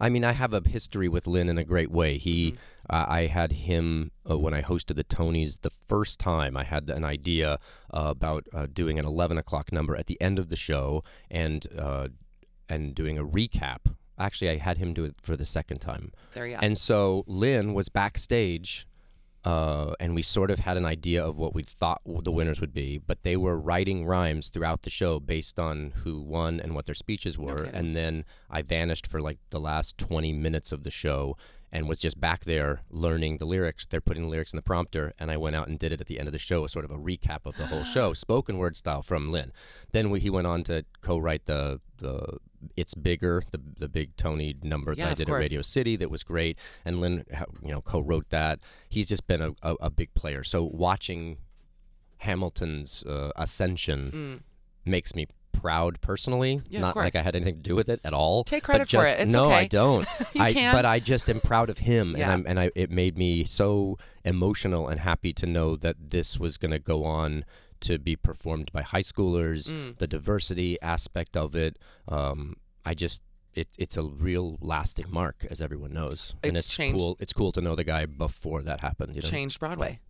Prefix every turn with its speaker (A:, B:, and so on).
A: I mean, I have a history with Lynn in a great way. He, uh, I had him uh, when I hosted the Tonys the first time. I had an idea uh, about uh, doing an eleven o'clock number at the end of the show and uh, and doing a recap. Actually, I had him do it for the second time.
B: There you are.
A: And so Lynn was backstage, uh, and we sort of had an idea of what we thought w- the winners would be, but they were writing rhymes throughout the show based on who won and what their speeches were. and then I vanished for like the last 20 minutes of the show and was just back there learning the lyrics. They're putting the lyrics in the prompter, and I went out and did it at the end of the show, as sort of a recap of the whole show, spoken word style from Lynn. Then we, he went on to co write the. the it's bigger, the the big Tony number
B: Yeah,
A: that I
B: of
A: did at
B: course.
A: Radio City that was great, and Lynn, ha- you know, co-wrote that. He's just been a, a, a big player. So watching Hamilton's uh,
B: Hmm. Mm,
A: ascension makes me proud personally.
B: Yeah, of
A: Not like I
B: course.
A: had anything to do with it at all.
B: Take
A: but
B: credit for
A: just-
B: it. It's
A: no, I
B: okay.
A: don't.
B: You
A: I,
B: can.
A: But I just am proud of him,
B: Yeah.
A: and I'm, and I, it made me so emotional and happy to know that this was going to go on to be performed by high schoolers.
B: Mm.
A: The diversity aspect of it, um, I just. It, it's a real lasting mark, as everyone knows, and
B: It's
A: it's
B: changed-
A: cool. It's cool to know the guy before that happened. You know?
B: changed Broadway.